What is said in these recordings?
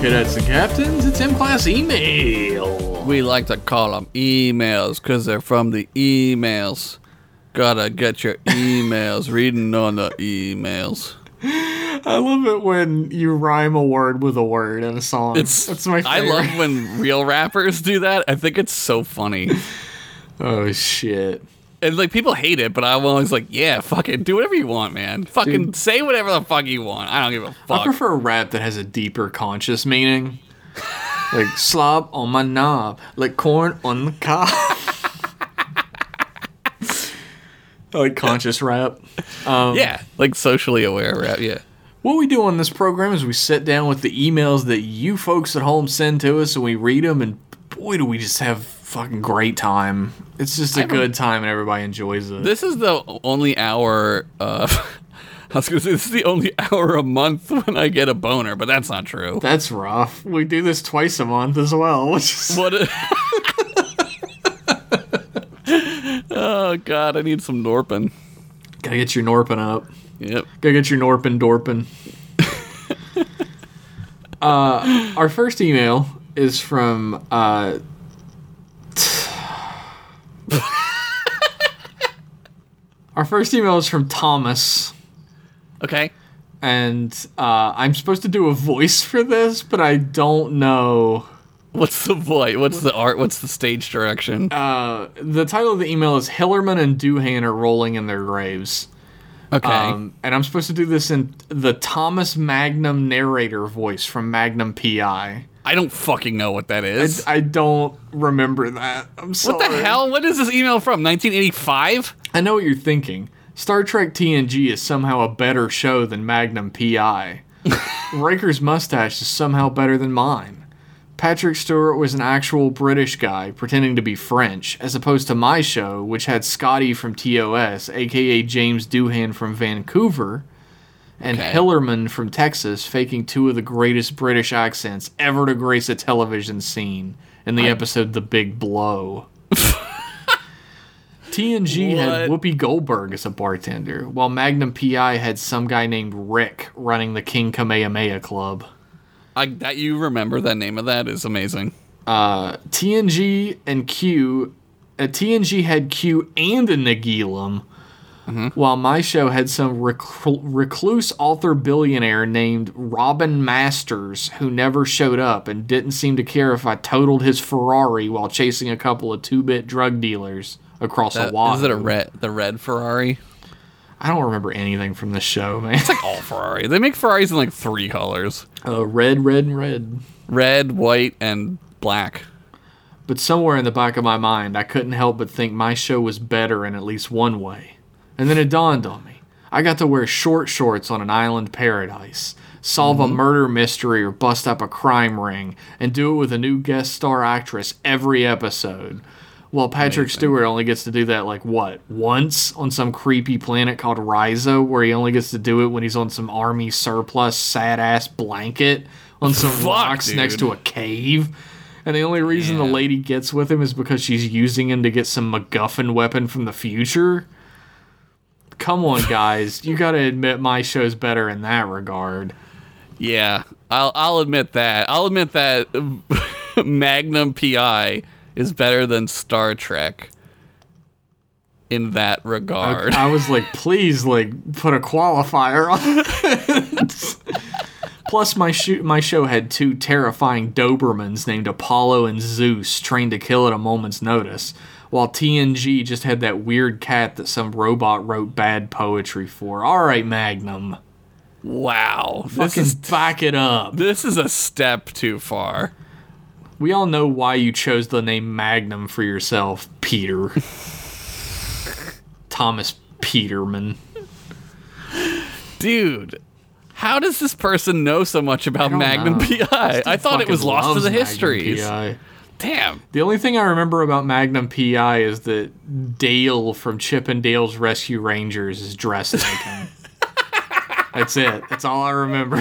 cadets and captains, it's M Class Email. We like to call them emails because they're from the emails. Gotta get your emails. Reading on the emails. I love it when you rhyme a word with a word in a song. It's That's my I favorite. love when real rappers do that. I think it's so funny. oh, shit. And like people hate it, but I'm always like, yeah, fucking do whatever you want, man. Fucking say whatever the fuck you want. I don't give a I fuck. prefer rap that has a deeper conscious meaning. like slob on my knob, like corn on the cob. I like conscious rap. yeah, like socially aware rap. Yeah. What we do on this program is we sit down with the emails that you folks at home send to us and we read them, and boy, do we just have fucking great time. It's just a good time and everybody enjoys it. This is the only hour. Uh, I was gonna say this is the only hour a month when I get a boner, but that's not true. That's rough. We do this twice a month as well. Which is, What? A- oh God, I need some Norpin. gotta get your Norpin up. Yep. Gotta get your Norpin Dorpin. uh, our first email is from. Uh, our first email is from Thomas. Okay. And uh, I'm supposed to do a voice for this, but I don't know. What's the voice? What's the art? What's the stage direction? Uh, the title of the email is Hillerman and Doohan are rolling in their graves. Okay. Um, and I'm supposed to do this in the Thomas Magnum narrator voice from Magnum PI. I don't fucking know what that I, is. I don't remember that. I'm sorry. what the hell? What is this email from? 1985? I know what you're thinking. Star Trek TNG is somehow a better show than Magnum PI. Riker's mustache is somehow better than mine. Patrick Stewart was an actual British guy pretending to be French, as opposed to my show, which had Scotty from TOS, aka James Doohan from Vancouver, and Okay. Hillerman from Texas faking two of the greatest British accents ever to grace a television scene in the episode The Big Blow. TNG had What? Whoopi Goldberg as a bartender, while Magnum PI had some guy named Rick running the King Kamehameha Club. I, that you remember the name of that is amazing. Uh, TNG and Q, uh, TNG had Q and a Nagilum, Mm-hmm. while my show had some recl- recluse author billionaire named Robin Masters who never showed up and didn't seem to care if I totaled his Ferrari while chasing a couple of two-bit drug dealers across Uh, a wall. Is it a red? The red Ferrari? I don't remember anything from this show, man. All Ferrari. They make Ferraris in like three colors: Uh, red, red, and red. red, white, and black. But somewhere in the back of my mind, I couldn't help but think my show was better in at least one way. And then it dawned on me. I got to wear short shorts on an island paradise, solve Mm-hmm. a murder mystery or bust up a crime ring, and do it with a new guest star actress every episode. While Patrick Stewart only gets to do that, like, what, once on some creepy planet called Riza, where he only gets to do it when he's on some army surplus, sad ass blanket on some rocks next dude. to a cave. And the only reason the Yeah. lady gets with him is because she's using him to get some MacGuffin weapon from the future. Come on, guys. you gotta admit my show's better in that regard. Yeah, I'll I'll admit that. I'll admit that Magnum PI is better than Star Trek in that regard. I was like, please, like, put a qualifier on it. Plus, my, sho- my show had two terrifying Dobermans named Apollo and Zeus trained to kill at a moment's notice, while TNG just had that weird cat that some robot wrote bad poetry for. All right, Magnum. wow, this Fucking is back it up. this is a step too far. We all know why you chose the name Magnum for yourself, Peter. Thomas Peterman. dude how does this person know so much about magnum know. pi i thought it was Fucking lost to loves the Magnum histories PI. damn The only thing I remember about Magnum PI is that Dale from Chip and Dale's Rescue Rangers is dressed like him. That's it. That's all I remember.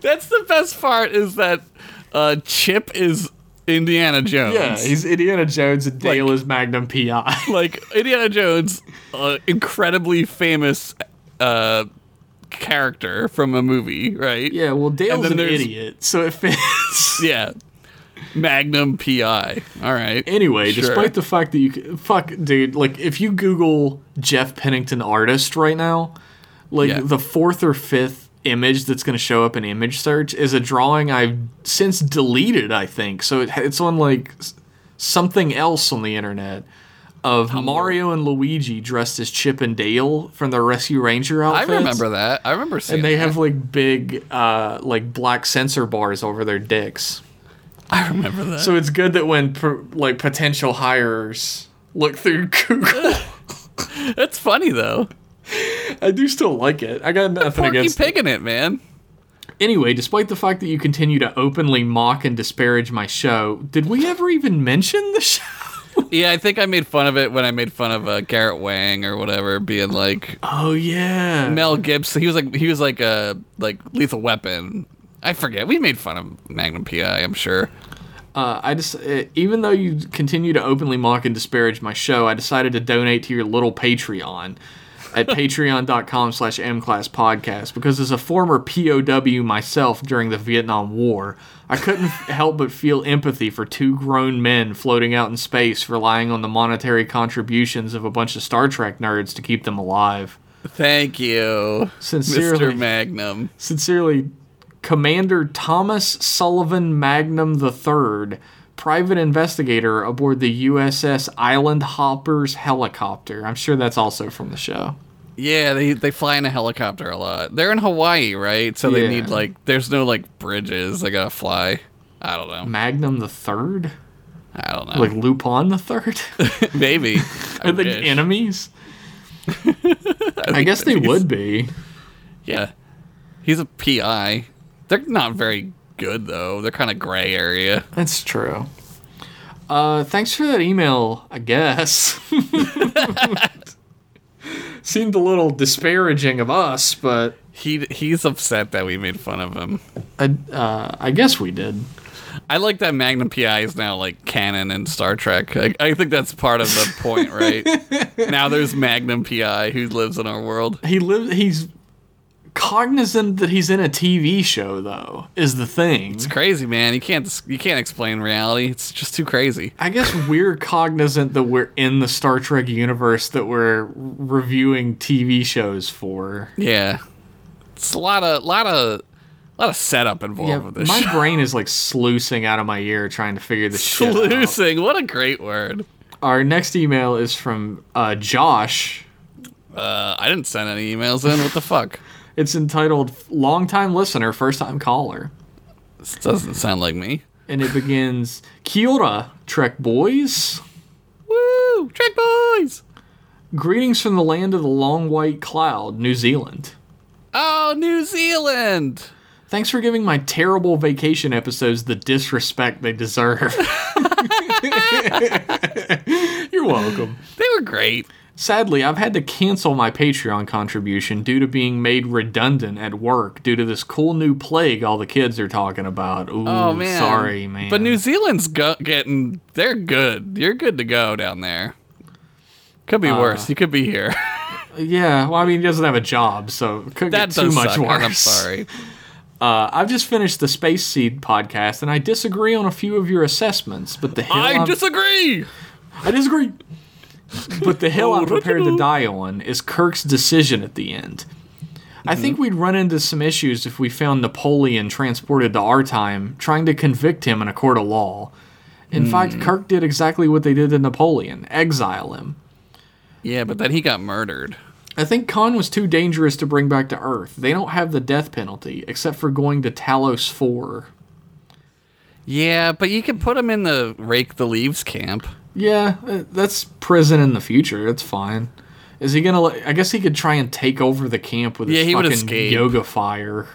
that's the best part is that uh, chip is indiana jones Indiana Jones and Dale is Magnum PI. like indiana jones uh, incredibly famous uh, character from a movie, right? Yeah, well, Dale's then an there's- idiot, so it fits. Yeah. Magnum PI. All right. Anyway, Sure. despite the fact that you c- fuck, dude, like if you Google Jeff Pennington artist right now, like Yeah. the fourth or fifth image that's going to show up in image search is a drawing I've since deleted. I think so. It, it's on like s- something else on the internet of Mario and Luigi dressed as Chip and Dale from the Rescue Ranger I outfits. remember that. I remember seeing And they that. have like big, uh, like black sensor bars over their dicks. I remember that. So it's good that when per, like potential hires look through Google, That's funny though. I do still like it. I got nothing Porky against. it. pigging it, man. Anyway, despite the fact that you continue to openly mock and disparage my show, did we ever even mention the show? Yeah, I think I made fun of it when I made fun of uh, Garrett Wang or whatever, being like Oh yeah, Mel Gibson. He was like he was like a like Lethal Weapon. I forget. We made fun of Magnum PI. I'm sure. Uh, I just uh, even though you continue to openly mock and disparage my show, I decided to donate to your little Patreon at patreon.com slash mclasspodcast because as a former POW myself during the Vietnam War, I couldn't help but feel empathy for two grown men floating out in space relying on the monetary contributions of a bunch of Star Trek nerds to keep them alive. Thank you, Sincerely. Mr. Magnum. Sincerely, Commander Thomas Sullivan Magnum III, private investigator aboard the USS Island Hoppers helicopter. I'm sure that's also from the show. Yeah, they they fly in a helicopter a lot. They're in Hawaii, right? So they Yeah. need like there's no like bridges. They gotta fly. I don't know. Magnum the Third, I don't know. like Lupin the Third, Maybe. I are they wish. enemies? I guess they would be. Yeah. He's a PI. They're not very good though. They're kind of gray area. That's true. Uh, thanks for that email, I guess. Seemed a little disparaging of us, but He he's upset that we made fun of him. I, uh, I guess we did. I like that Magnum PI is now like canon in Star Trek. I, I think that's part of the point, right? now there's Magnum PI who lives in our world. He lives. He's cognizant that he's in a TV show, though. Is the thing. It's crazy, man. You can't you can't explain reality. It's just too crazy. I guess we're cognizant that we're in the Star Trek universe that we're reviewing TV shows for. Yeah, it's a lot of lot of lot of setup involved with this. my shit. brain is like sluicing out of my ear trying to figure this shit out. Sluicing, what a great word. Our next email is from uh, Josh. Uh, I didn't send any emails in. What the fuck? It's entitled "Longtime Listener, First Time Caller." This doesn't sound like me. And it begins, Kia ora, Trek boys. Woo! Trick boys! Greetings from the land of the long white cloud, New Zealand. Oh, New Zealand! Thanks for giving my terrible vacation episodes the disrespect they deserve. You're welcome. They were great. Sadly, I've had to cancel my Patreon contribution due to being made redundant at work due to this cool new plague all the kids are talking about. Ooh, Oh man, sorry, man. But New Zealand's go- getting they're good. You're good to go down there. Could Uh, be worse. You could be here. yeah, well, I mean, he doesn't have a job, so it could that get too does much suck, worse. and I'm sorry. Uh, I've just finished the Space Seed podcast, and I disagree on a few of your assessments, but the hill I I'm- disagree. I disagree. But the hill I'm prepared to die on is Kirk's decision at the end. I think we'd run into some issues if we found Napoleon transported to our time, trying to convict him in a court of law. In fact, Kirk did exactly what they did to Napoleon exile him. Yeah, but then he got murdered. I think Khan was too dangerous to bring back to Earth. They don't have the death penalty, except for going to Talos 4. Yeah, but you could put him in the rake the leaves camp. Yeah, uh, that's prison in the future. It's fine. Is he gonna? Let, I guess he could try and take over the camp with his Yeah, he would fucking escape. yoga fire.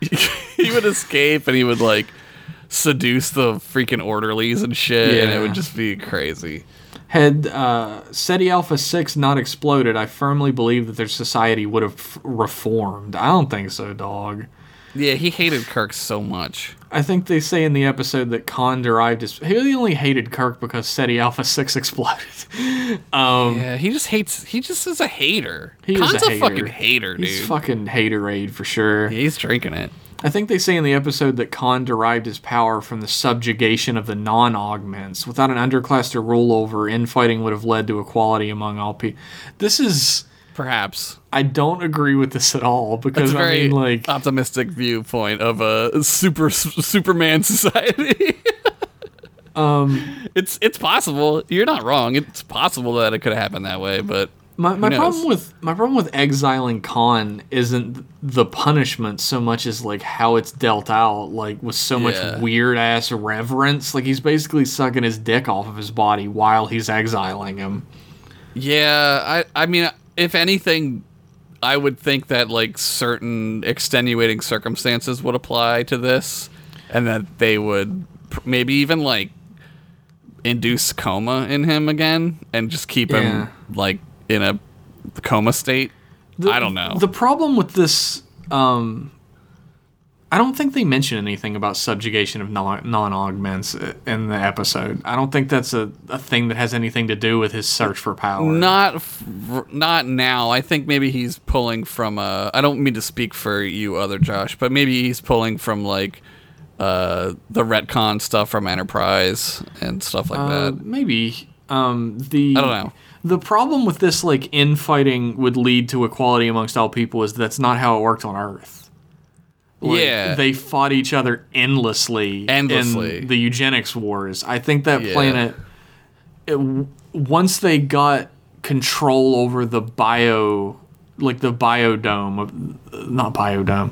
he would escape and he would like seduce the freaking orderlies and shit, and it Yeah. would just be crazy. Had uh, SETI Alpha Six not exploded, I firmly believe that their society would have f- reformed. I don't think so, dog. Yeah, he hated Kirk so much. I think they say in the episode that Khan derived his. He really only hated Kirk because SETI Alpha 6 exploded. um, Yeah, he just hates. He just is a hater. He is Khan's a a, hater. fucking hater, dude. he's fucking haterade for sure. he's drinking it. I think they say in the episode that Khan derived his power from the subjugation of the non augments. Without an underclass to rule over, infighting would have led to equality among all people. This is. Perhaps I don't agree with this at all it's because a very uh, I mean, like, optimistic viewpoint of a super Superman society. um, it's it's possible. You're not wrong. It's possible that it could have happened that way, but My, my knows? problem with my problem with exiling Khan isn't the punishment so much as like how it's dealt out, like with so Yeah. much weird ass reverence. Like he's basically sucking his dick off of his body while he's exiling him. Yeah, I I mean, if anything, I would think that like certain extenuating circumstances would apply to this, and that they would pr- maybe even like induce coma in him again and just keep Yeah. him like in a coma state. I don't know. The problem with this, um, I don't think they mention anything about subjugation of non augments in the episode. I don't think that's a, a thing that has anything to do with his search for power. Not f- r- not now. I think maybe he's pulling from uh I don't mean to speak for you other Josh, but maybe he's pulling from like uh the retcon stuff from Enterprise and stuff like Uh, that. maybe um, the I don't know. The problem with this like infighting would lead to equality amongst all people is that's not how it worked on Earth. Like, Yeah. they fought each other endlessly, Endlessly. in the eugenics wars. I think that Yeah. planet, it, w- once they got control over the bio, like the biodome of, not biodome,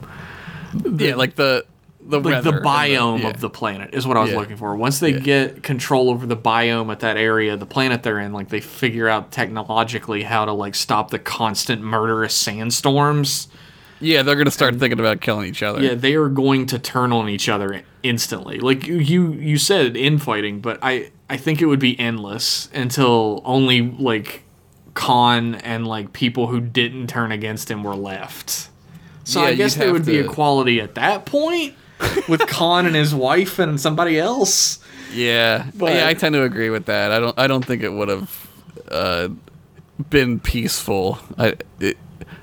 yeah, like the the like the weather and biome yeah. of the planet is what I was Yeah. looking for. Once they get control over the biome at that area, the planet they're in, like they figure out technologically how to like stop the constant murderous sandstorms. Yeah, they're going to start thinking about killing each other. Yeah, they are going to turn on each other instantly. Like you you, you said infighting, but I I think it would be endless until only like Khan and like people who didn't turn against him were left. So Yeah, I you'd guess there have would be to- equality at that point with Khan and his wife and somebody else. Yeah. But- yeah, I tend to agree with that. I don't I don't think it would have uh, been peaceful. I it,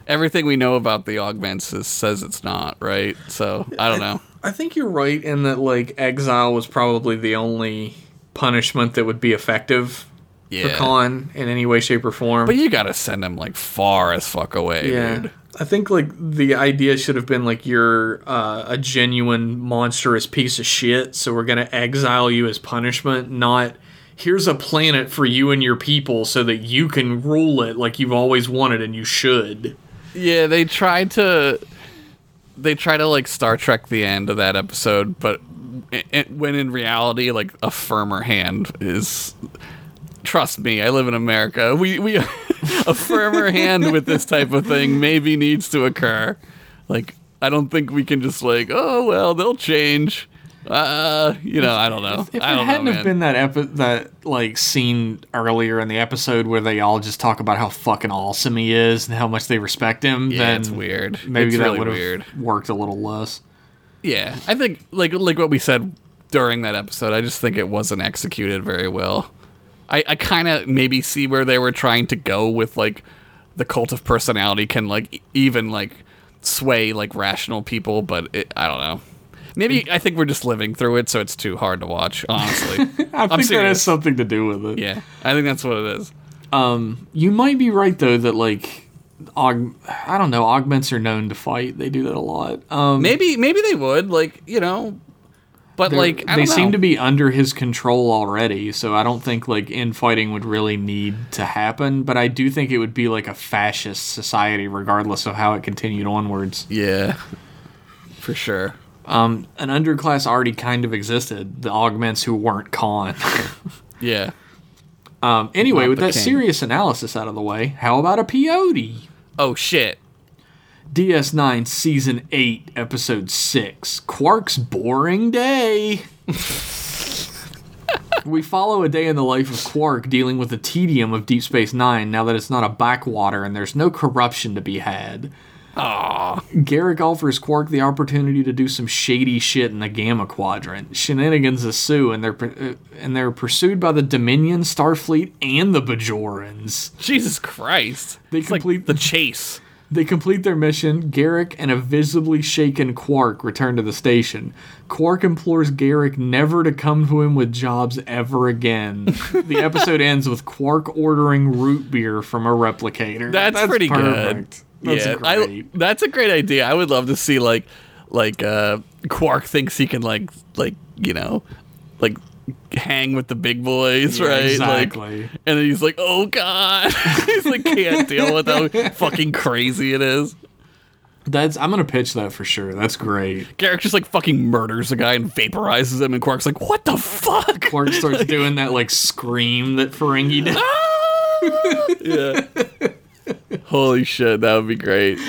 everything we know about the augments is, says it's not, right? So, I don't know. I think you're right in that like exile was probably the only punishment that would be effective Yeah. for Khan in any way, shape, or form. But you got to send him like far as fuck away, dude. I think like the idea should have been like you're uh, a genuine monstrous piece of shit, so we're gonna exile you as punishment, not here's a planet for you and your people so that you can rule it like you've always wanted and you should. Yeah, they tried to they try to like Star Trek the end of that episode, but i i when in reality, like a firmer hand is. Trust me, I live in America. We we a firmer hand with this type of thing maybe needs to occur. Like I don't think we can just like oh well they'll change. Uh, you know I don't know. If it I don't hadn't know, have man. been that epi- that like scene earlier in the episode where they all just talk about how fucking awesome he is and how much they respect him, yeah, then it's weird. maybe it's that really would have weird. worked a little less. Yeah, I think like like what we said during that episode. I just think it wasn't executed very well. I I kind of maybe see where they were trying to go with like the cult of personality can like e- even like sway like rational people, but it, I don't know. Mm. Maybe I think we're just living through it, so it's too hard to watch. Honestly, I think that has serious. something to do with it. yeah, I think that's what it Mm. is. You might be right though that like aug- I don't know, augments are known to fight. They do that a lot. Um Maybe maybe they would like you know, but they're- like I they don't seem know. to be under his control already, so I don't think like infighting would really need to happen, but I do think it would be like a fascist society regardless of how it continued onwards. yeah, for sure. Um an underclass already kind of existed, the augments who weren't Khan. Yeah. um anyway, Not with the that king. serious analysis out of the way, how about a peyote? Oh shit. DS9 Season 8, Episode 6 Quark's Boring Day. we follow a day in the life of Quark dealing with the tedium of Deep Space Nine now that it's not a backwater and there's no corruption to be had. Garrick offers Quark the opportunity to do some shady shit in the Gamma Quadrant. Shenanigans ensue, and they're pur- uh, and they're pursued by the Dominion, Starfleet, and the Bajorans. Jesus Christ. They It's like complete- the chase. They complete their mission. Garrick and a visibly shaken Quark return to the station. Quark implores Garrick never to come to him with jobs ever again. the episode ends with Quark ordering root beer from a replicator. That's, pretty good. That's yeah, great. I, that's a great idea. I would love to see like like uh Quark thinks he can like like you know like hang with the big boys, Yeah, right? exactly. Like, and then he's like, "Oh God," he's like, "Can't deal with how fucking crazy it is." That's I'm gonna pitch that for sure. That's great. Garrick just like fucking murders a guy and vaporizes him, and Quark's like, "What the fuck?" Quark starts doing that like scream that Ferengi did. yeah. Holy shit, that would be great.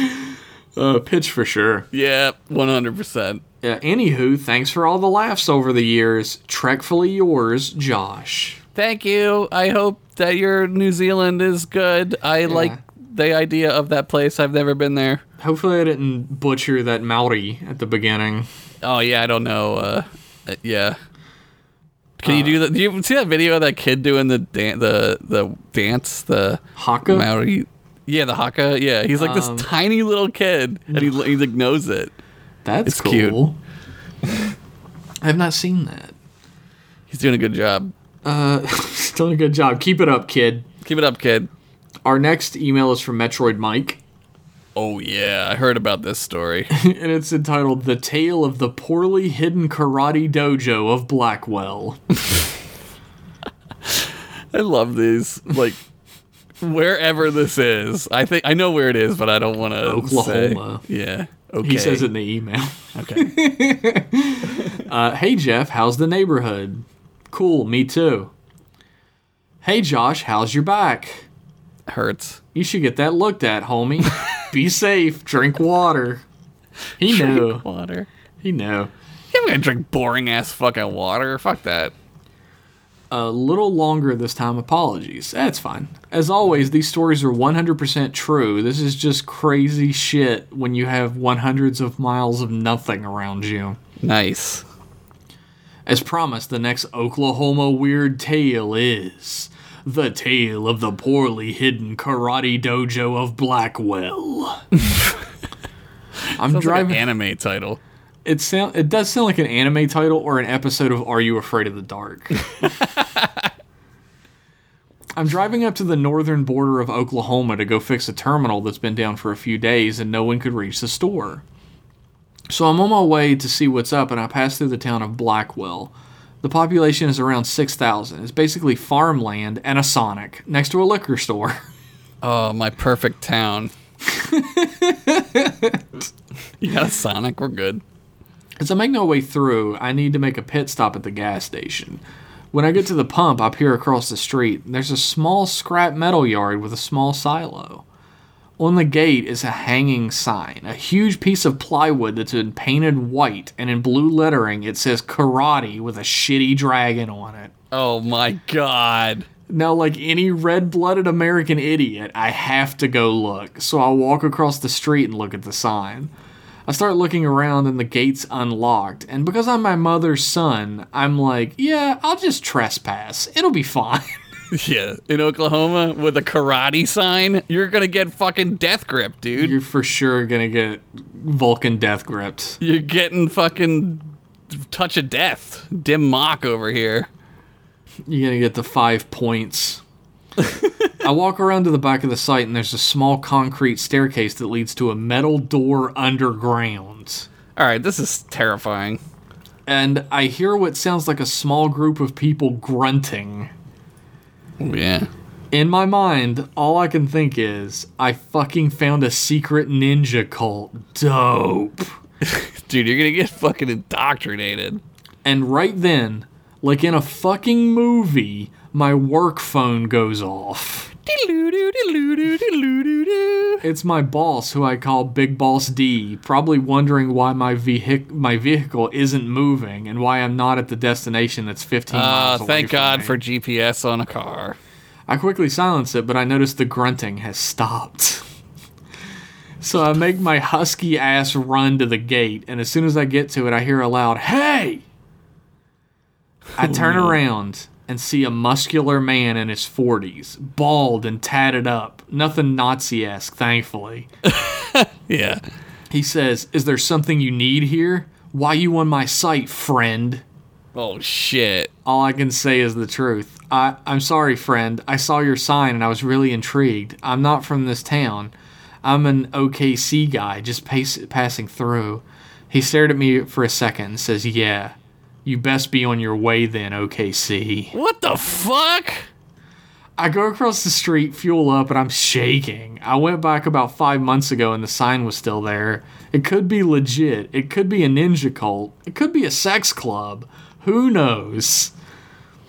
Uh, pitch for sure. Yeah, one hundred percent. Yeah, anywho, thanks for all the laughs over the years. Trekfully yours, Josh. Thank you. I hope that your New Zealand is good. I like the idea of that place. I've never been there. Hopefully, I didn't butcher that Maori at the beginning. Oh yeah, I don't know. Uh, uh, yeah. Can you do Uh. that? Do you see that video of that kid doing the dan- the the dance the Haka? Maori? Yeah, the haka. Yeah, he's like Um, this tiny little kid, and he he like knows it. That's It's cute. cool. I've not seen that. He's doing a good job. Uh, still a good job. Keep it up, kid. Keep it up, kid. Our next email is from Metroid Mike, Oh yeah, I heard about this story. and it's entitled "The Tale of the Poorly Hidden Karate Dojo of Blackwell." I love these. Like wherever this is, I think I know where it is, but I don't want to. Oklahoma. Say. Yeah. Okay. He says it in the email. Okay. Uh, hey Jeff, how's the neighborhood? Cool, me too. Hey Josh, how's your back? Hurts. You should get that looked at, homie. Be safe. Drink water. He knew. Drink water. He knew. Yeah, I'm gonna drink boring ass fucking water. Fuck that. A little longer this time, apologies. That's fine. As always, these stories are 100% true. This is just crazy shit when you have 100s of miles of nothing around you. Nice. As promised, the next Oklahoma weird tale is the tale of the poorly hidden karate dojo of Blackwell. I'm Sounds like an driving. anime title. it sound it does sound like an anime title or an episode of Are You Afraid of the Dark? I'm driving up to the northern border of Oklahoma to go fix a terminal that's been down for a few days and no one could reach the store. So I'm on my way to see what's up and I pass through the town of Blackwell. The population is around 6,000. It's basically farmland and a Sonic next to a liquor store. Oh, my perfect town. yeah, Sonic, we're good. As I make my way through, I need to make a pit stop at the gas station. When I get to the pump, I peer across the street. and There's a small scrap metal yard with a small silo. On the gate is a hanging sign, a huge piece of plywood that's been painted white, and in blue lettering it says karate with a shitty dragon on it. Oh my god. Now, like any red blooded American idiot, I have to go look. So I walk across the street and look at the sign. I start looking around and the gate's unlocked. And because I'm my mother's son, I'm like, yeah, I'll just trespass. It'll be fine. Yeah, in Oklahoma with a karate sign, you're gonna get fucking death grip, dude. You're for sure gonna get Vulcan death gripped. You're getting fucking touch of death. Dim mock over here. You're gonna get the five points. I walk around to the back of the site and there's a small concrete staircase that leads to a metal door underground. All right, this is terrifying. and I hear what sounds like a small group of people grunting. Hmm. Yeah. In my mind, all I can think is, I fucking found a secret ninja cult. Dope. Dude, you're gonna get fucking indoctrinated. And right then, like in a fucking movie, my work phone goes off. It's my boss, who I call Big Boss D, probably wondering why my, vehic- my vehicle isn't moving and why I'm not at the destination that's 15 Uh, miles away. thank from God me. for GPS on a car. I quickly silence it, but I notice the grunting has stopped. So I make my husky ass run to the gate, and as soon as I get to it, I hear a loud, Hey! I turn around and see a muscular man in his 40s, bald and tatted up. Nothing Nazi esque, thankfully. Yeah. He says, Is there something you need here? Why you on my site, friend? Oh shit. All I can say is the truth. I, I'm sorry, friend. I saw your sign and I was really intrigued. I'm not from this town. I'm an OKC guy, just pace, passing through. He stared at me for a second and says, Yeah, you best be on your way then, OKC. What the fuck? I go across the street, fuel up, and I'm shaking. I went back about five months ago and the sign was still there. It could be legit. It could be a ninja cult. It could be a sex club. Who knows?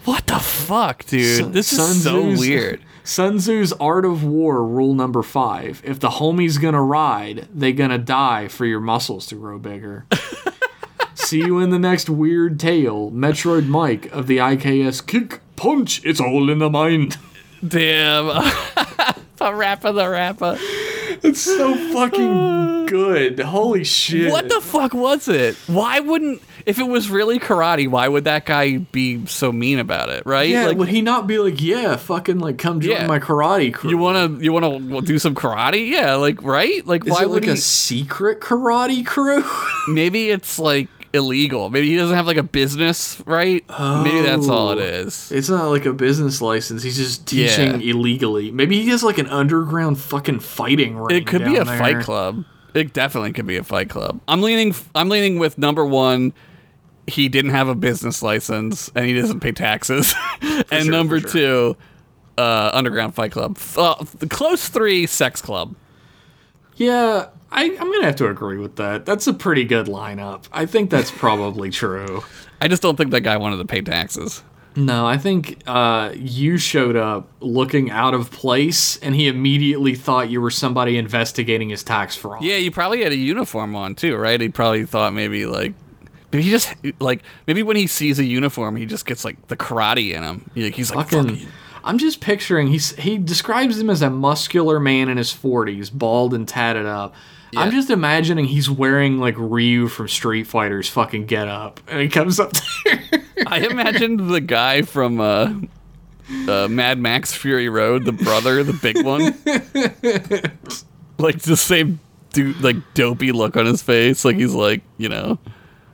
What the fuck, dude? this is so Tzu's- weird. Sun Tzu's Art of War rule number five: If the homie's gonna ride, they gonna die for your muscles to grow bigger. See you in the next weird tale, Metroid Mike of the IKS Kick Punch. It's all in the mind. Damn. the rapper, the rapper. It's so fucking good. Holy shit! What the fuck was it? Why wouldn't if it was really karate? Why would that guy be so mean about it? Right? yeah, Like, would he not be like, yeah, fucking like come join Yeah. my karate crew? you wanna you wanna do some karate? Yeah. Like right? Like Is why it would like he? a secret karate crew? Maybe it's like illegal. Maybe he doesn't have like a business, right? Maybe that's all it Oh. is. It's not like a business license. He's just teaching illegally. Maybe he has like an underground fucking fighting ring. It could be down a there. fight club. It definitely could be a fight club. I'm leaning. I'm leaning with number one. He didn't have a business license and he doesn't pay taxes. and sure, number for two, uh, underground fight club. F- Uh, the close three, sex club. Yeah, I, I'm gonna have to agree with that. That's a pretty good lineup. I think that's probably true. I just don't think that guy wanted to pay taxes. No, I think uh, you showed up looking out of place, and he immediately thought you were somebody investigating his tax fraud. Yeah, you probably had a uniform on too, right? He probably thought maybe like. Maybe he just like maybe when he sees a uniform, he just gets like the karate in him. Like, He's like, Fucking- "Fuck you." I'm just picturing he's he describes him as a muscular man in his 40s, bald and tatted up. I'm just imagining he's wearing like Ryu from Street Fighter's fucking get up, and he comes up there. I imagined the guy from uh, uh, Mad Max Fury Road, the brother, the big one, like the same dude, like dopey look on his face. Like he's like, you know,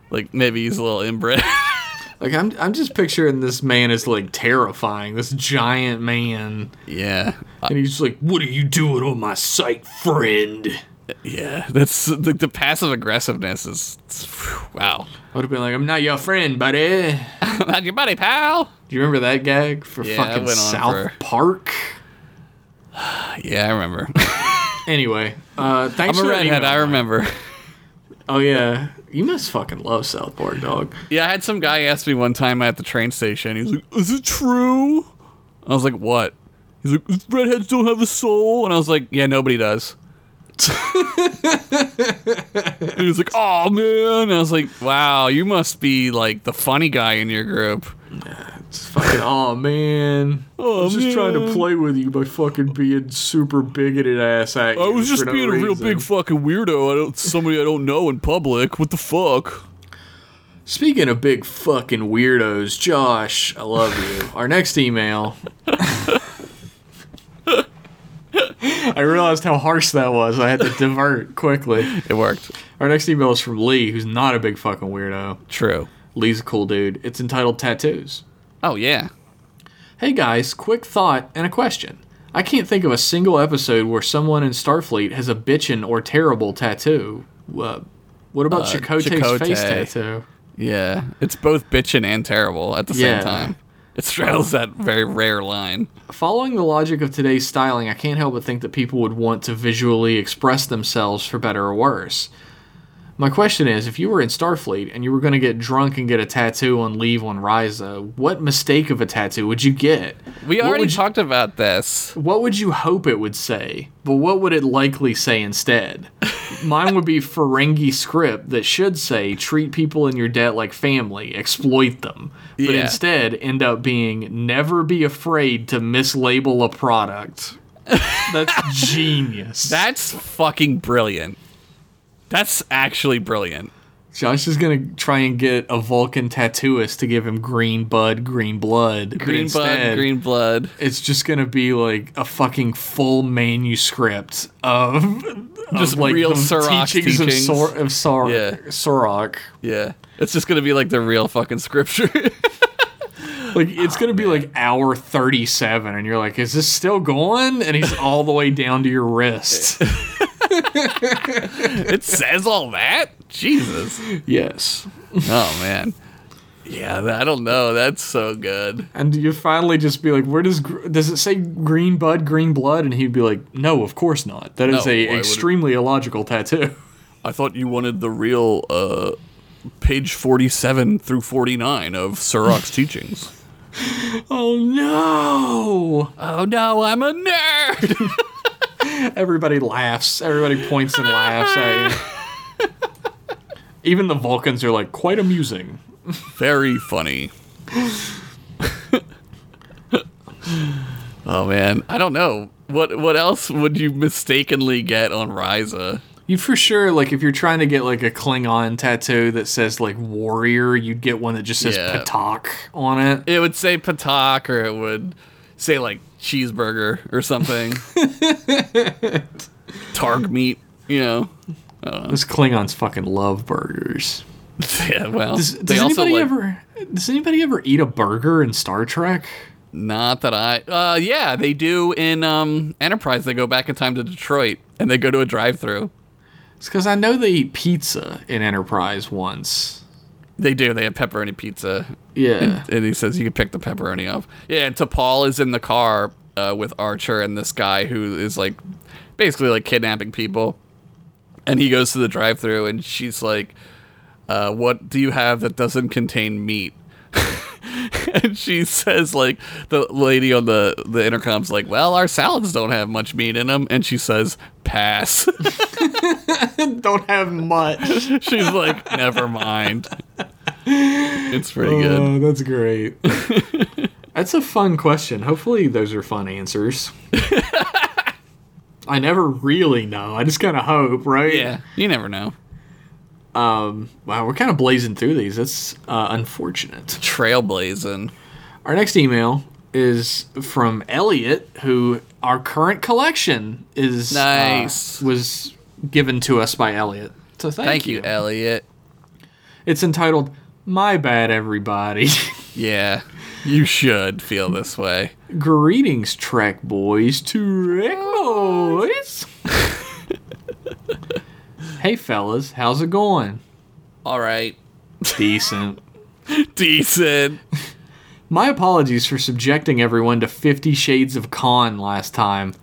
like maybe he's a little inbred. like I'm I'm just picturing this man as like terrifying, this giant man, yeah, Uh, and he's like, "What are you doing on my site, friend?" yeah. That's like the passive aggressiveness is it's- phew, wow. I would have been like, "I'm not your friend, buddy." Not your buddy, pal. Do you remember that gag for Yeah, it fucking went on South for- Park? Yeah, I remember. Anyway, uh, thanks I'm a for that redhead. email, I Mike. remember. Oh yeah, you must fucking love South Park, dog. Yeah, I had some guy ask me one time at the train station. He's like, "Is it true?" I was like, "What?" He's like, "Redheads don't have a soul," and I was like, "Yeah, nobody does." and he was like, "Oh man," and I was like, "Wow, you must be like the funny guy in your group." It's fucking oh man. Oh, I was just trying to man. play with you by fucking being super bigoted ass at I you was just for no being a real reason. big fucking weirdo. I don't somebody I don't know in public. What the fuck? Speaking of big fucking weirdos, Josh, I love you. Our next email. I realized how harsh that was. I had to divert quickly. It worked. Our next email is from Lee, who's not a big fucking weirdo. True. Lee's a cool dude. It's entitled Tattoos. Oh yeah. Hey guys, quick thought and a question. I can't think of a single episode where someone in Starfleet has a bitchin' or terrible tattoo. Uh, what about Chakotay's Chakotay. face tattoo? Yeah, it's both bitchin' and terrible at the Yeah. same time. It straddles that very rare line. Following the logic of today's styling, I can't help but think that people would want to visually express themselves for better or worse. My question is if you were in Starfleet and you were going to get drunk and get a tattoo on leave on Ryza, what mistake of a tattoo would you get? We What already would you- talked about this. What would you hope it would say? But what would it likely say instead? Mine would be Ferengi script that should say treat people in your debt like family, exploit them. But Yeah. instead end up being never be afraid to mislabel a product. That's genius. That's fucking brilliant. That's actually brilliant. Josh is gonna try and get a Vulcan tattooist to give him green bud, green blood. but Green instead, blood, green blood. It's just gonna be like a fucking full manuscript of of, Just like real the Sorok teachings, teachings. of, Sor- of Sor- Yeah. Sorok. Yeah. It's just gonna be like the real fucking scripture. Like it's gonna be like hour thirty seven, and you're like, "Is this still going?" And he's all the way down to your wrist. it says all that? Jesus. yes. Oh man. Yeah, I don't know. That's so good. And you finally just be like, "Where does gr- does it say green bud, green blood?" And he'd be like, "No, of course not. That is No, why a would it- extremely illogical tattoo." I thought you wanted the real uh page 47 through 49 of Sirach's teachings. Oh no! Oh no, I'm a nerd. Everybody laughs. Everybody points and laughs at you. Even the Vulcans are like, quite amusing. Very funny. oh man, I don't know. What what else would you mistakenly get on Ryza? You for sure, like, if you're trying to get, like, a Klingon tattoo that says, like, warrior, you'd get one that just says Yeah. Patak on it. It would say patak or it would say like cheeseburger or something. Targ meat, you know. Those Klingons fucking love burgers. Yeah, well, Does, they does also anybody like ever does anybody ever eat a burger in Star Trek? not that I. Uh, yeah, they do in um Enterprise. They go back in time to Detroit and they go to a drive-through. It's because I know they eat pizza in Enterprise once. They do. They have pepperoni pizza, Yeah, and he says you can pick the pepperoni up. Yeah, and T'Pol is in the car uh, with Archer and this guy who is like basically like kidnapping people, and he goes to the drive-through and she's like, uh, "What do you have that doesn't contain meat?" and she says like the lady on the the intercom's like, "Well, our salads don't have much meat in them," and she says, "Pass." don't have much. she's like, "Never mind." It's pretty good. Oh, that's great. that's a fun question. Hopefully, those are fun answers. I never really know. I just kind of hope, right? Yeah, you never know. Wow, we're kind of blazing through these. That's uh, unfortunate. Trailblazing. Our next email is from Elliot, who our current collection is uh, Nice. was given to us by Elliot. So thank, Thank you, Elliot. It's entitled "My Bad, Everybody." Yeah, you should feel this way. Greetings, Trek Boys, Trek Boys. hey, fellas, how's it going? All right. Decent. Decent. My apologies for subjecting everyone to Fifty Shades of Con last time.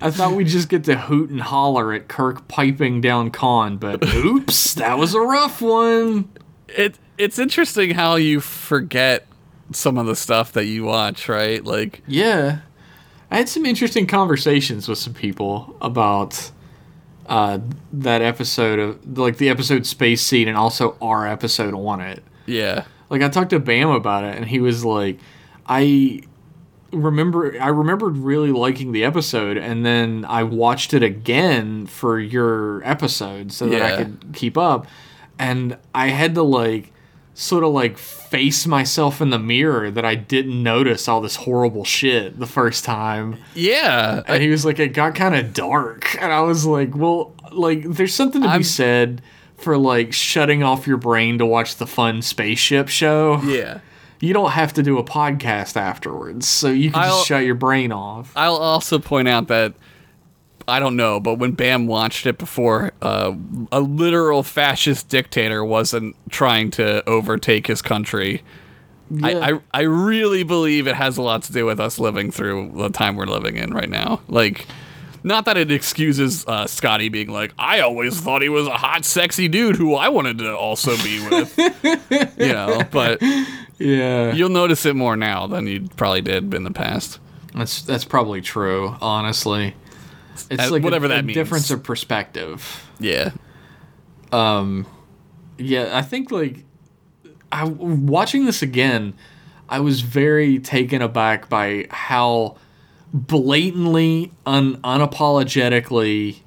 I thought we'd just get to hoot and holler at Kirk piping down Con, but oops, that was a rough one. It it's interesting how you forget some of the stuff that you watch, right? Like Yeah. I had some interesting conversations with some people about uh, that episode of like the episode Space Seed and also our episode on it. yeah. Like I talked to Bam about it and he was like I remember I remembered really liking the episode and then I watched it again for your episode so that I Yeah. could keep up and I had to like sort of like face myself in the mirror that I didn't notice all this horrible shit the first time. Yeah. And he was like, it got kind of dark. And I was like, well, like, there's something to I'm- be said for like shutting off your brain to watch the fun spaceship show. Yeah. You don't have to do a podcast afterwards, so you can I'll- just shut your brain off. I'll also point out that I don't know, but when Bam watched it before, uh, a literal fascist dictator wasn't trying to overtake his country. I, I I really believe it has a lot to do with us living through the time we're living in right now. Like, not that it excuses uh, Scotty being like, I always thought he was a hot, sexy dude who I wanted to also be with. you know, but Yeah, you'll notice it more now than you probably did in the past. that's that's probably true. Honestly, it's Uh, like a- whatever a, that means. difference of perspective. Yeah. Yeah, I think like I watching this again, I was very taken aback by how blatantly un- unapologetically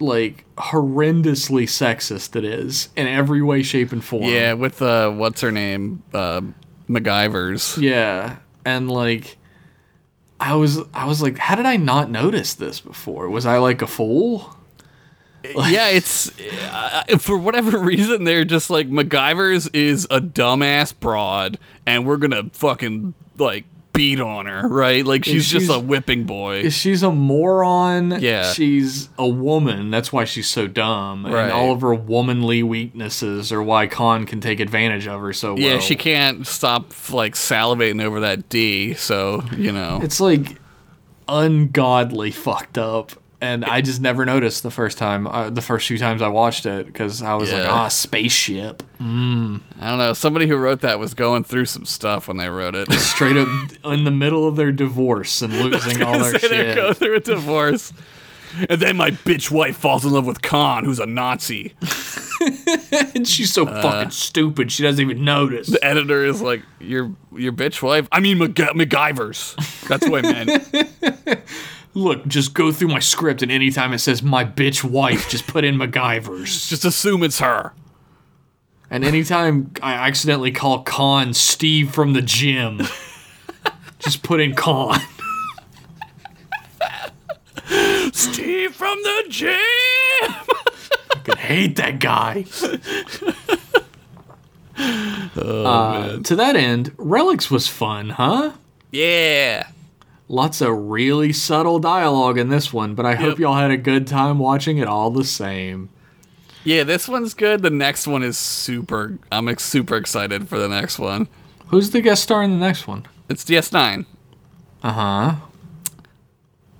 like horrendously sexist it is in every way shape and form Yeah, with uh, what's her name, uh, MacGyver's. yeah and like i was i was like how did i not notice this before was i like a fool yeah, it's uh, for whatever reason they're just like MacGyver's is a dumbass broad, and we're gonna fucking like beat on her, right? Like she's, just she's- a whipping boy. she's a moron Yeah. she's a woman that's why she's so dumb Right. and all of her womanly weaknesses are why khan can take advantage of her so well Yeah, she can't stop like salivating over that D. So you know, It's like ungodly fucked up. And I just never noticed the first time, uh, the first few times I watched it, because I was like, Yeah. ah, spaceship. I don't know. Somebody who wrote that was going through some stuff when they wrote it. Straight up in the middle of their divorce and losing all their Say they go Oh, shit. through a divorce. And then my bitch wife falls in love with Khan, who's a Nazi. And she's so fucking stupid, she doesn't even notice. Uh, The editor is like, "Your your bitch wife? I mean, MacGy- MacGyver's. That's what I meant." Look, just go through my script, and anytime it says my bitch wife, just put in MacGyver's. Just assume it's her. And anytime I accidentally call Khan Steve from the gym, just put in Khan. Steve from the gym. fucking hate that guy. Oh, Uh, to that end, Relics was fun, huh? yeah. Lots of really subtle dialogue in this one, but I hope Yep. y'all had a good time watching it all the same. Yeah, this one's good. The next one is super. I'm ex- super excited for the next one. Who's the guest star in the next one? It's DS9. Uh huh.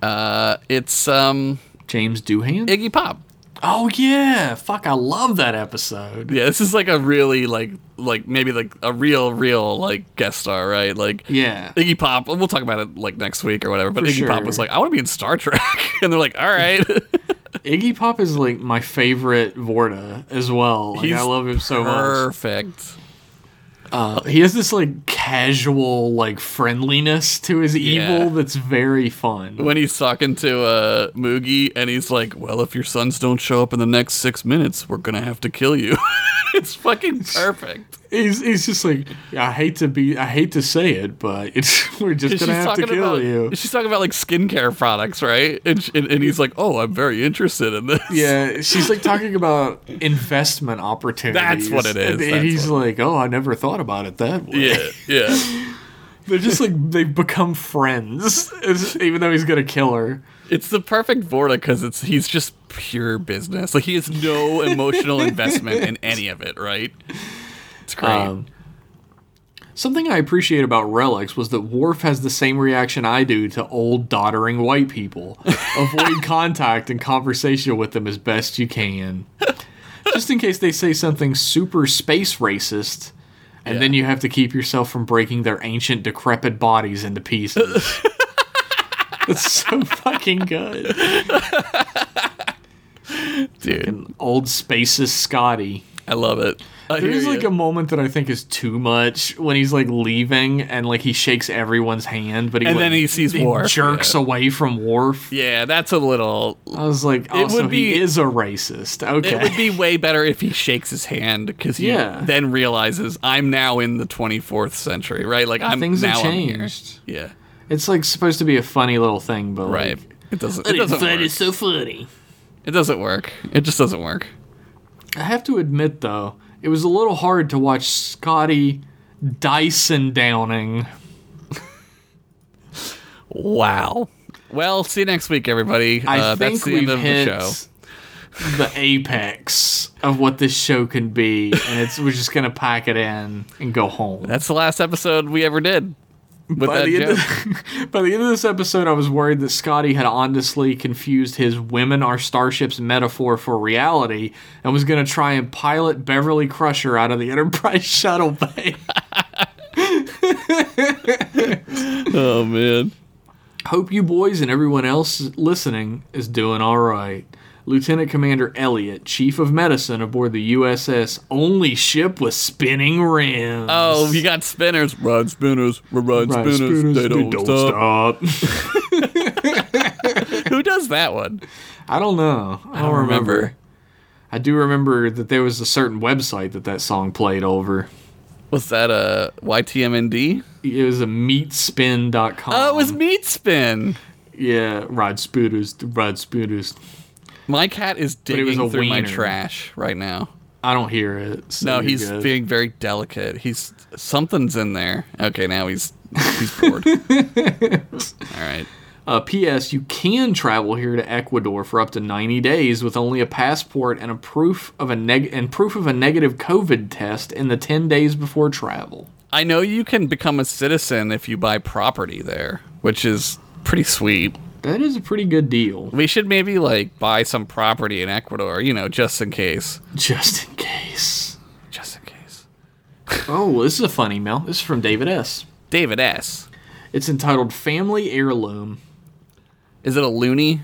Uh, it's um James Doohan? Iggy Pop. oh, yeah. Fuck, I love that episode. Yeah, this is like a really like like maybe like a real real like guest star, right? Like Yeah. Iggy Pop. We'll talk about it like next week or whatever. But For Iggy Pop was sure. like, I want to be in Star Trek, and they're like, All right. Iggy Pop is like my favorite Vorta as well. Like, I He's love him so much. Perfect. He has this like casual like friendliness to his evil that's very fun. When he's talking to uh, Moogie, and he's like, "Well, if your sons don't show up in the next six minutes, we're gonna have to kill you." it's fucking perfect. He's he's just like I hate to be I hate to say it, but it's we're just gonna have to kill about you. she's talking about like skincare products, right? And, sh- and, and he's like, "Oh, I'm very interested in this." Yeah, she's like talking about investment opportunities. what it is, And, that's he's what like, "Oh, I never thought about it that way." yeah, yeah. They're just like they've become friends, It's- even though he's gonna kill her. It's the perfect Vorta because it's he's just pure business. Like he has no emotional investment in any of it, right? It's great. Um, Something I appreciate about Relics was that Worf has the same reaction I do to old doddering white people. Avoid contact and conversation with them as best you can. Just in case they say something super space racist, and then you have to keep yourself from breaking their ancient decrepit bodies into pieces. That's so fucking good. Dude, Old spacist Scotty. I love it. I hear There's like ya. a moment that I think is too much when he's like leaving and like he shakes everyone's hand, but he And like, then he sees Worf, jerks yeah. away from Worf. yeah, that's a little. I was like, oh, would so be- he is a racist. Okay, It would be way better if he shakes his hand because he Yeah. then realizes I'm now in the 24th century, right? Like I'm things now have I'm here." changed. Yeah, It's like supposed to be a funny little thing, but right. Like, It doesn't. It doesn't work. so funny. It doesn't work. It just doesn't work. I have to admit though, it was a little hard to watch Scotty Dyson Downing. Wow. Well, see you next week, everybody. I uh, think that's the we've end of hit the show. the apex of what this show can be, and it's we're just gonna pack it in and go home. That's the last episode we ever did. With by that the, end joke. of, by the end of this episode, I was worried that Scotty had honestly confused his women are starships metaphor for reality and was going to try and pilot Beverly Crusher out of the Enterprise shuttle bay. oh man. Hope you boys and everyone else listening is doing all right. Lieutenant Commander Elliot, Chief of Medicine aboard the USS only ship with spinning rims. Oh, you got spinners. Ride spinners. We ride Right, spinners. They don't, stop. stop. Who does that one? I don't know. I don't, remember. I do remember that there was a certain website that that song played over. Was that uh, a YTMND? It was a meatspin.com. Oh, it was Meat Spin. Yeah, Rod Spooters, Rod Spooters. My cat is it digging was a through my wiener. trash right now. I don't hear it. so No, you're he's good. being very delicate. He's something's in there. Okay, now he's he's bored. All right. Uh, P.S. You can travel here to Ecuador for up to 90 days with only a passport and a proof of a neg- and proof of a negative COVID test in the 10 days before travel. I know you can become a citizen if you buy property there, which is pretty sweet. That is a pretty good deal, We should maybe like buy some property in Ecuador, you know, just in case. just in case. Just in case. Oh, this is a fun email. This is from David S. David S. It's entitled "Family Heirloom." Is it a loony?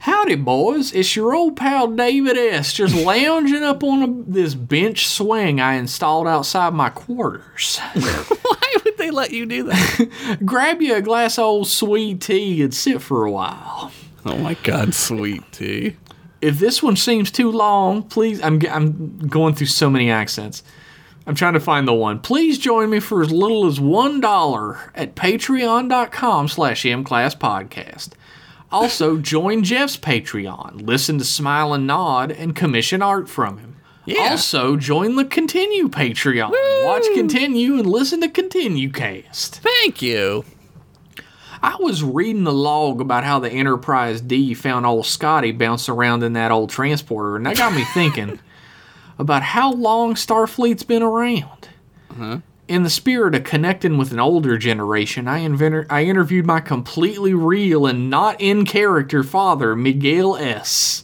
Howdy, boys. It's your old pal David S. just lounging up on a, this bench swing I installed outside my quarters. Why would they let you do that? Grab you a glass of old sweet tea and sit for a while. oh my god, sweet tea. If this one seems too long, please. I'm, g- I'm going through so many accents. I'm trying to find the one. Please join me for as little as $1 at patreon.com slash mclasspodcast. Also, join Jeff's Patreon, listen to Smile and Nod, and commission art from him. Yeah. Also, join the Continue Patreon. Watch Continue and listen to Continue Cast. Thank you. I was reading the log about how the Enterprise D found old Scotty bouncing around in that old transporter, and that got me thinking about how long Starfleet's been around. In the spirit of connecting with an older generation, I, inventor- I interviewed my completely real and not in character father, Miguel S.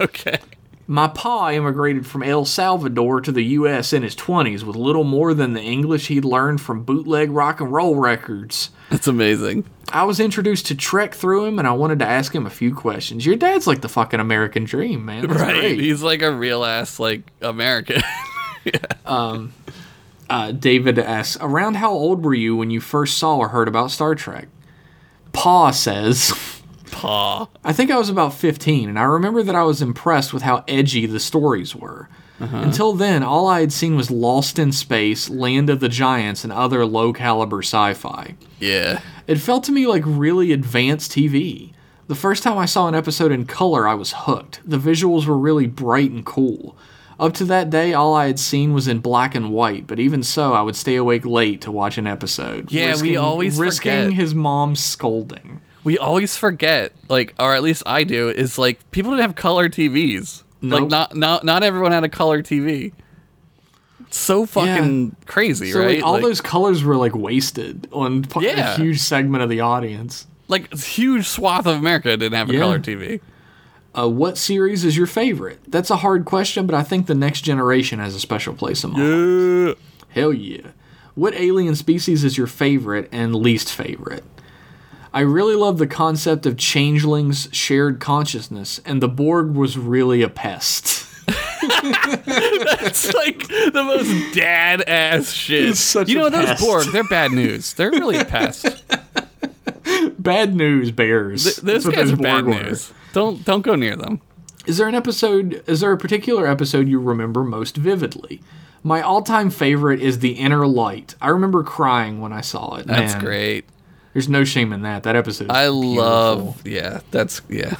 Okay. My pa immigrated from El Salvador to the U.S. in his 20s with little more than the English he'd learned from bootleg rock and roll records. That's amazing. I was introduced to Trek through him, and I wanted to ask him a few questions. Your dad's like the fucking American dream, man. That's right. great. He's like a real ass like American. Uh, David asks, "Around how old were you when you first saw or heard about Star Trek?" Pa says, Paw. "I think I was about 15, and I remember that I was impressed with how edgy the stories were. Until then, all I had seen was Lost in Space, Land of the Giants, and other low-caliber sci-fi." Yeah. It felt to me like really advanced TV. The first time I saw an episode in color, I was hooked. The visuals were really bright and cool. Up to that day, all I had seen was in black and white, but even so, I would stay awake late to watch an episode. Yeah, we always risking forget. his mom's scolding. We always forget, like, or at least I do, is like people didn't have color TVs. Like Nope. not not not everyone had a color TV. It's so fucking crazy, So right? like, all like, those colors were like wasted on p- Yeah. a huge segment of the audience. like a huge swath of America didn't have a Yeah. color TV. Uh, what series is your favorite? That's a hard question, but I think the next generation has a special place in my heart. Uh, Hell yeah. What alien species is your favorite and least favorite? I really love the concept of changelings' shared consciousness, and the Borg was really a pest. it's like the most dad ass shit. It's such you a know those pest. Borg, they're bad news. They're really a pest. Bad news bears. those That's what guys are those bad Borg were. news. Don't don't go near them. Is there an episode? Is there a particular episode you remember most vividly? My all-time favorite is The Inner Light. I remember crying when I saw it. That's Man, great. There's no shame in that. That episode. is I beautiful. love. Yeah, that's yeah.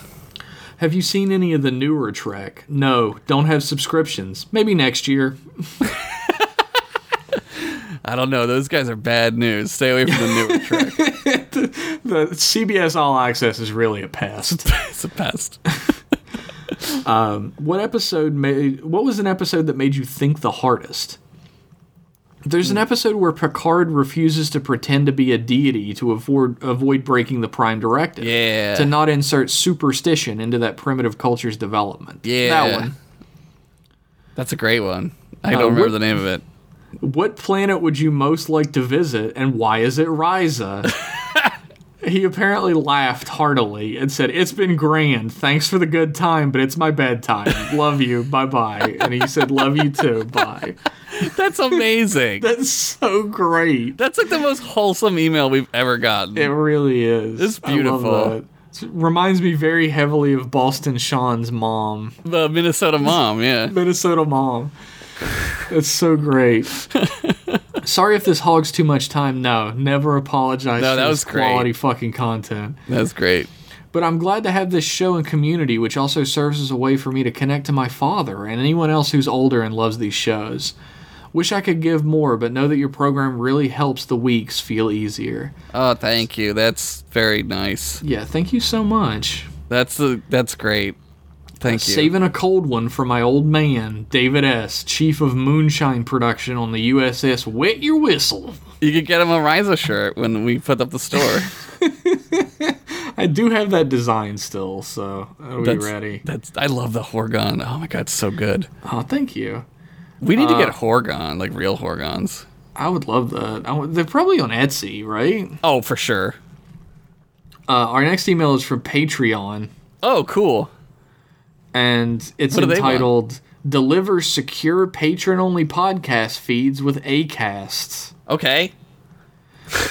Have you seen any of the newer Trek? No, don't have subscriptions. Maybe next year. I don't know. Those guys are bad news. Stay away from the newer Trek. The CBS All Access is really a pest. It's the best. what episode made what was an episode that made you think the hardest? There's Hmm. an episode where Picard refuses to pretend to be a deity to avoid avoid breaking the prime directive. Yeah. To not insert superstition into that primitive culture's development. Yeah. That one. That's a great one. I Uh, don't remember what- the name of it. What planet would you most like to visit and why is it Riza? He apparently laughed heartily and said, It's been grand. Thanks for the good time, but it's my bedtime. Love you. Bye bye. And he said, Love you too. Bye. That's amazing. That's so great. That's like the most wholesome email we've ever gotten. It really is. It's I love beautiful. that. It reminds me very heavily of Boston Sean's mom, The Minnesota mom, yeah. Minnesota mom. It's so great. Sorry if this hogs too much time. No, never apologize No, for that this was great. quality fucking content. That's great. But I'm glad to have this show and community, which also serves as a way for me to connect to my father and anyone else who's older and loves these shows. Wish I could give more, but know that your program really helps the weeks feel easier. Oh, thank you. That's very nice. Yeah, thank you so much. That's the that's great. Thank you. Saving a cold one for my old man, David S., chief of moonshine production on the USS Wet Your Whistle. You could get him a Riza shirt when we put up the store. I do have that design still, so are we That's- ready? That's I love the Horgon. Oh my god, it's so good. Oh, thank you. We need to get Horgon, like real Horgons. I would love that. I w- they're probably on Etsy, right? Oh, for sure. Uh, our next email is from Patreon, Oh, cool. and it's What do they want? entitled Deliver Secure Patron Only Podcast Feeds with ACAST. Okay.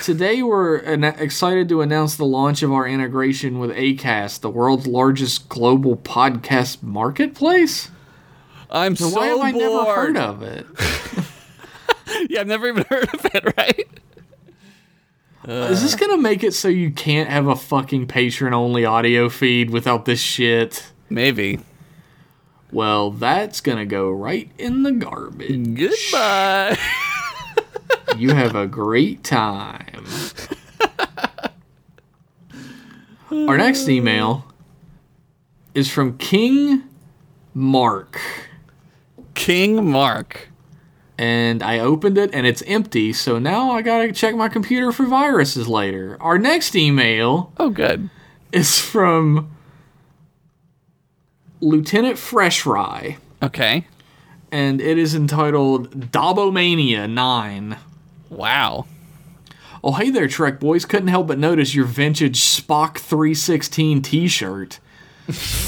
Today, we're an- excited to announce the launch of our integration with ACAST, the world's largest global podcast marketplace. I'm so Why have I bored. never heard of it? yeah, I've never even heard of it, right? Is this gonna make it so you can't have a fucking patron only audio feed without this shit? Maybe. Well, that's gonna go right in the garbage. Goodbye. You have a great time. Our next email is from King Mark. King Mark. And I opened it and it's empty, so now I gotta check my computer for viruses later. Our next email Oh, good. is from Lieutenant Fresh Rye, Okay. and it is entitled Dobomania 9. Wow. Oh, hey there, Trek Boys. Couldn't help but notice your vintage Spock 316 t shirt.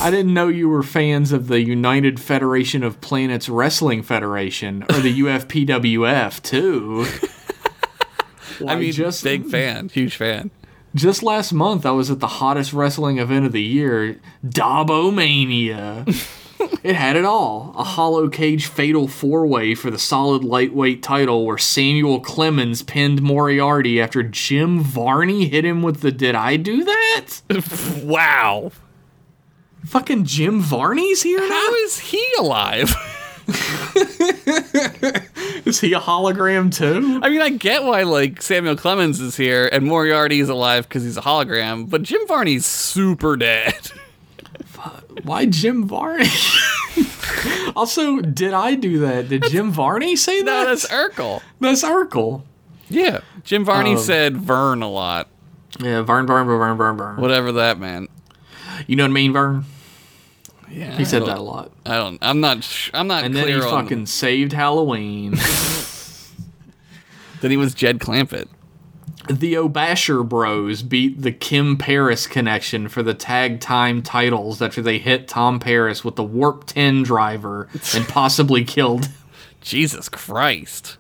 I didn't know you were fans of the United Federation of Planets Wrestling Federation or the UFPWF, too. I Why, mean, just big fan, huge fan. Just last month, I was at the hottest wrestling event of the year, Dobomania. it had it all a hollow cage fatal four way for the solid lightweight title, where Samuel Clemens pinned Moriarty after Jim Varney hit him with the Did I do that? wow. Fucking Jim Varney's here now? How is he alive? Is he a hologram too? I mean, I get why like Samuel Clemens is here and Moriarty is alive because he's a hologram, but Jim Varney's super dead. Why Jim Varney? also, did I do that? Did Jim Varney say that? no, that's Urkel. that's Urkel. Yeah, Jim Varney Um, said Vern a lot, Yeah, Vern, Vern, Vern, Vern, Vern. whatever that meant. You know what I mean, Vern? Yeah, He said that a lot. I don't. I'm not. Sh- I'm not. And clear then he on- fucking saved Halloween. Then he was Jed Clampett. the Obasher Bros beat the Kim Paris connection for the tag time titles after they hit Tom Paris with the Warp 10 driver and possibly killed. Jesus Christ.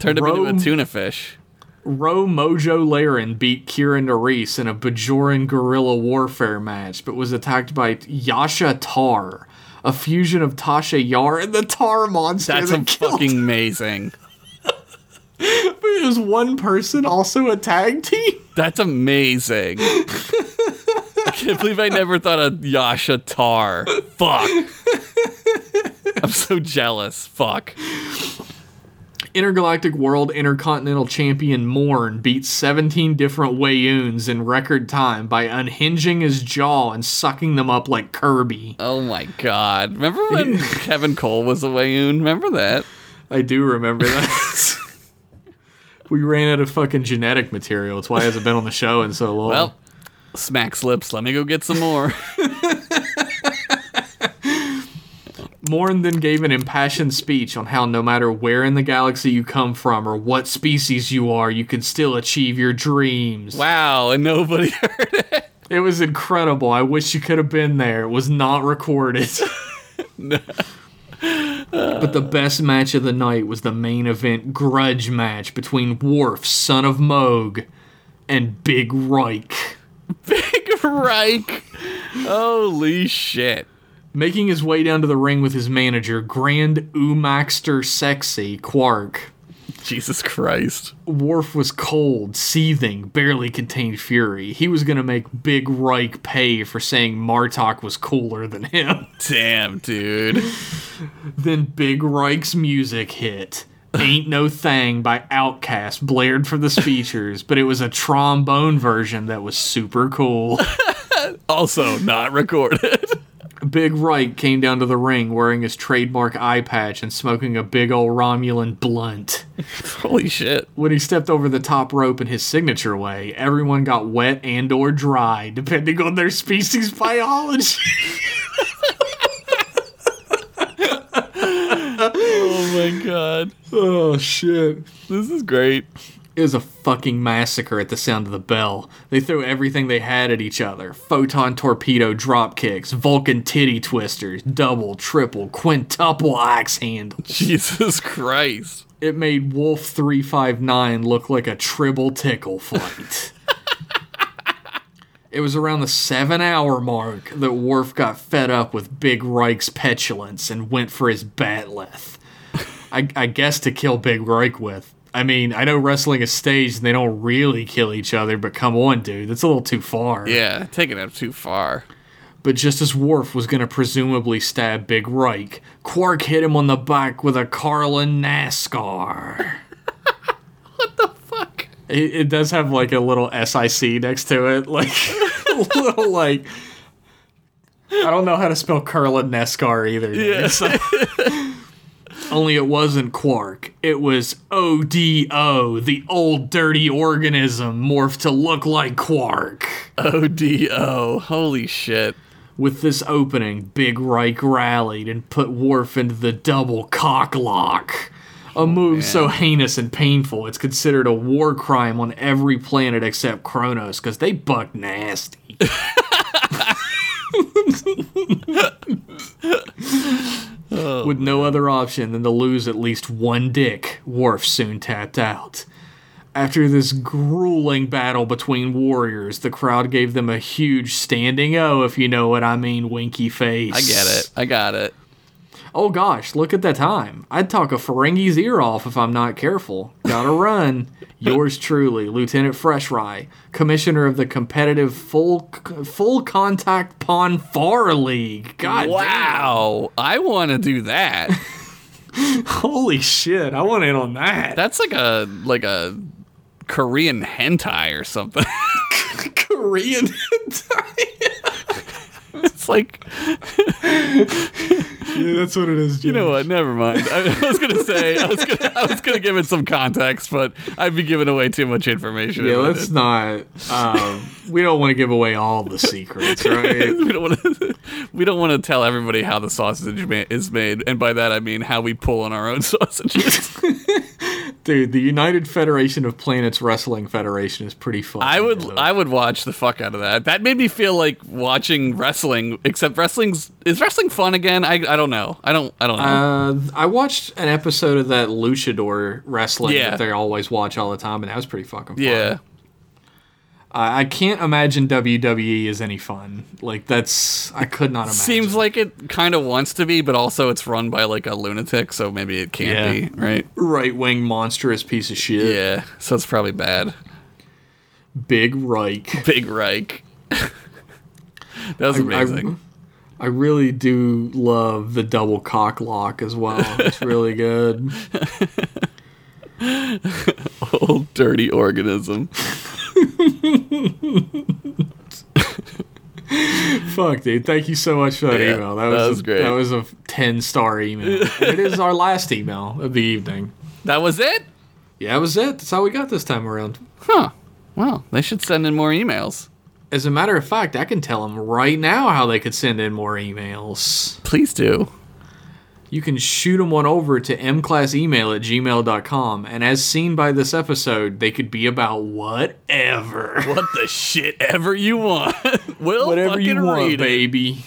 Turned him Rome- into a tuna fish. Ro Mojo Laren beat Kieran Nerys in a Bajoran guerrilla warfare match, but was attacked by Yasha Tar, a fusion of Tasha Yar and the Tar monster. That's that a killed fucking amazing. It was one person also a tag team. That's amazing. I can't believe I never thought of Yasha Tar. Fuck. I'm so jealous. Fuck. Intergalactic World Intercontinental Champion Morn beat 17 different Wayoons in record time by unhinging his jaw and sucking them up like Kirby. Oh my god. Remember when Kevin Cole was a Wayoon? Remember that? I do remember that. we ran out of fucking genetic material. It's why it hasn't been on the show in so long. Well, smack slips. Let me go get some more. Morn then gave an impassioned speech on how no matter where in the galaxy you come from or what species you are, you can still achieve your dreams. Wow, and nobody heard it. It was incredible. I wish you could have been there. It was not recorded. But the best match of the night was the main event grudge match between Worf, son of Moog, and Big Reich. Big Reich. Holy shit. Making his way down to the ring with his manager, Grand Umaxter Sexy Quark. Jesus Christ. Worf was cold, seething, barely contained fury. He was going to make Big Reich pay for saying Martok was cooler than him. Damn, dude. then Big Reich's music hit. Ain't No Thang by Outkast blared from the speakers, but it was a trombone version that was super cool. Also not recorded. Big Reich came down to the ring wearing his trademark eye patch and smoking a big old Romulan blunt. Holy shit. When he stepped over the top rope in his signature way, everyone got wet and or dry, depending on their species biology. Oh my god. oh shit. This is great. It was a fucking massacre at the sound of the bell. They threw everything they had at each other photon torpedo drop kicks, Vulcan titty twisters, double, triple, quintuple axe handles. Jesus Christ. It made Wolf 359 look like a triple tickle flight. it was around the seven hour mark that Worf got fed up with Big Reich's petulance and went for his batleth. I, I guess to kill Big Reich with. I mean, I know wrestling is staged and they don't really kill each other, but come on, dude. That's a little too far. Yeah, taking it up too far. But just as Worf was going to presumably stab Big Reich, Quark hit him on the back with a Carlin NASCAR. Fuck. It, it does have like a little SIC next to it, like a little like. I don't know how to spell Curlin Nescar either. dude. Yeah. So- only it wasn't Quark. It was ODO, the old dirty organism morphed to look like Quark. ODO. Holy shit. With this opening, Big Reich rallied and put Worf into the double cock lock. Oh, A move so heinous and painful, it's considered a war crime on every planet except Kronos, because they buck nasty. Oh, With no other option than to lose at least one dick, Worf soon tapped out. After this grueling battle between warriors, the crowd gave them a huge standing O, if you know what I mean, winky face. I get it. I got it. Oh gosh, look at that time. I'd talk a Ferengi's ear off if I'm not careful. Gotta run. Yours truly, Lieutenant Fresh Rye, Commissioner of the Competitive Full Full Contact Pon Far League. God damn. Wow. I want to do that. Holy shit, I want in on that. That's like a like a Korean hentai or something. Korean it's like Yeah, that's what it is, You know what? Never mind. I, I was gonna say I was gonna I was gonna give it some context, but I'd be giving away too much information. Yeah, if I let's not. Um, we don't want to give away all the secrets, right? did. we don't want to we don't want to tell everybody how the sausage ma- is made, and by that I mean how we pull on our own sausages. Dude, the United Federation of Planets Wrestling Federation is pretty fun. I would I would watch the fuck out of that. That made me feel like watching wrestling. Except wrestling's is wrestling fun again? I, I don't know. I don't I don't know. Uh, I watched an episode of that luchador wrestling Yeah. that they always watch all the time, and that was pretty fucking fun. yeah. I, I can't imagine WWE is any fun. Like, that's. I could not imagine. Seems like it kind of wants to be, but also it's run by like a lunatic, so maybe it can't Yeah. be, right? Right wing monstrous piece of shit. Yeah, so it's probably bad. Big Reich. Big Reich. that was amazing. I, I really do love the double cock lock as well. It's really good. Old dirty organism. Fuck, dude. Thank you so much for that Yeah, email. That was, that was great. That was a 10 star email. And it is our last email of the evening. That was it? Yeah, that was it. That's how we got this time around. Huh. Well, they should send in more emails. As a matter of fact, I can tell them right now how they could send in more emails. Please do. you can shoot them one over to mclassemail at gmail.com. And as seen by this episode, they could be about whatever. What the shit ever you want. we'll Whatever fucking you want, read it. baby.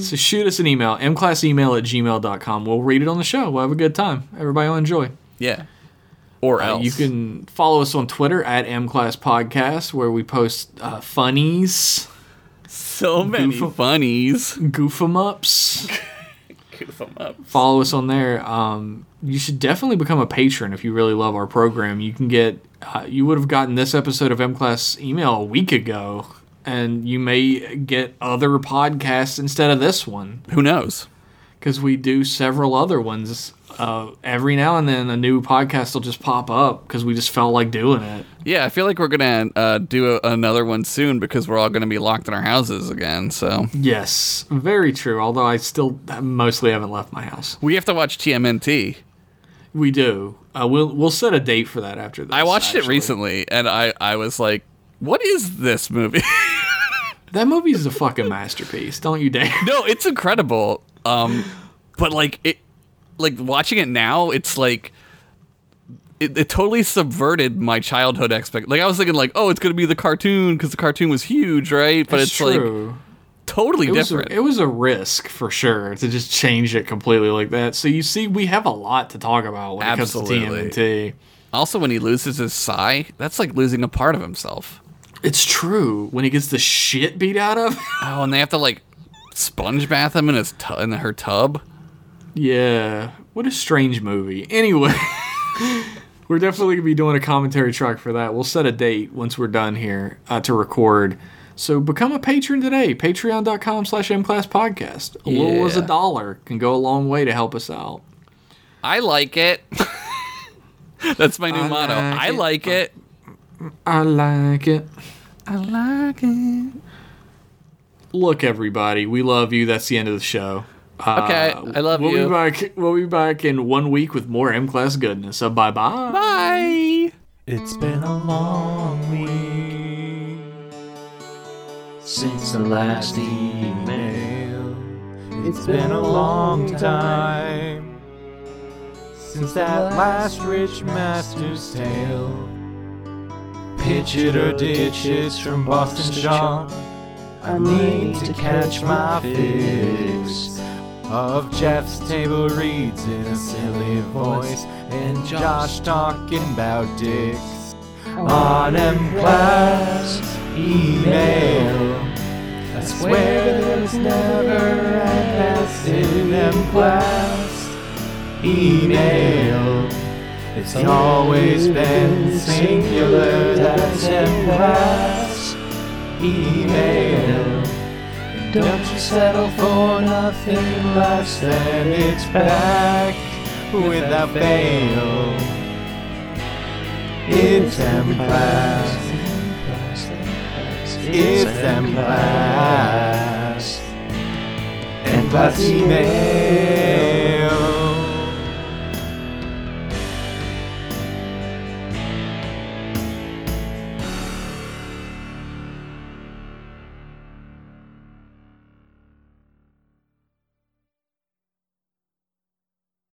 so shoot us an email, mclassemail at gmail.com. We'll read it on the show. We'll have a good time. Everybody will enjoy. Yeah. Or Uh, else. You can follow us on Twitter at mclasspodcast, where we post uh, funnies, so many goof- funnies. goof 'em ups. Goof 'em up. follow us on there. Um, you should definitely become a patron if you really love our program. You can get, uh, you would have gotten this episode of M Class email a week ago, and you may get other podcasts instead of this one Who knows? because we do several other ones. Uh, every now and then, a new podcast will just pop up because we just felt like doing it. Yeah, I feel like we're gonna uh, do a- another one soon because we're all gonna be locked in our houses again. So Yes, very true. Although I still mostly haven't left my house. we have to watch TMNT. We do. Uh, we'll we'll set a date for that after this. I watched it actually. recently, and I I was like, what is this movie? That movie is a fucking masterpiece. Don't you dare. no, it's incredible. Um, but like it, like watching it now, it's like. It, it totally subverted my childhood expect. Like I was thinking, like, oh, it's gonna be the cartoon because the cartoon was huge, right? But it's, like totally it was, different. a, it was a risk for sure to just change it completely like that. So you see, we have a lot to talk about when it Absolutely. comes to TMNT. also, when he loses his sigh, that's like losing a part of himself. It's true. When he gets the shit beat out of, Oh, and they have to like sponge bath him in his tu- in her tub. yeah, what a strange movie. Anyway, we're definitely gonna be doing a commentary track for that. We'll set a date once we're done here uh, to record. So become a patron today. Patreon.com slash mclasspodcast. A little as a Yeah. dollar can go a long way to help us out. I like it. That's my new I motto. like I it. like it. I like it. I like it. look, everybody, we love you. That's the end of the show. Uh, Okay, I love we'll you. Be back, we'll be back in one week with more M Class goodness. So bye bye. Bye. It's been a long week since the last email. It's been a long time since that last Rich Master's tale. Pitch it or ditch it from Boston Sean. I need to catch my fix of Jeff's table reads in a silly voice and Josh talking about dicks on M class email. I swear there's never an S in M class email. It's always been singular. That's M class email. Don't you settle for nothing less than it's back without fail. It's M class. It's M class. M class email.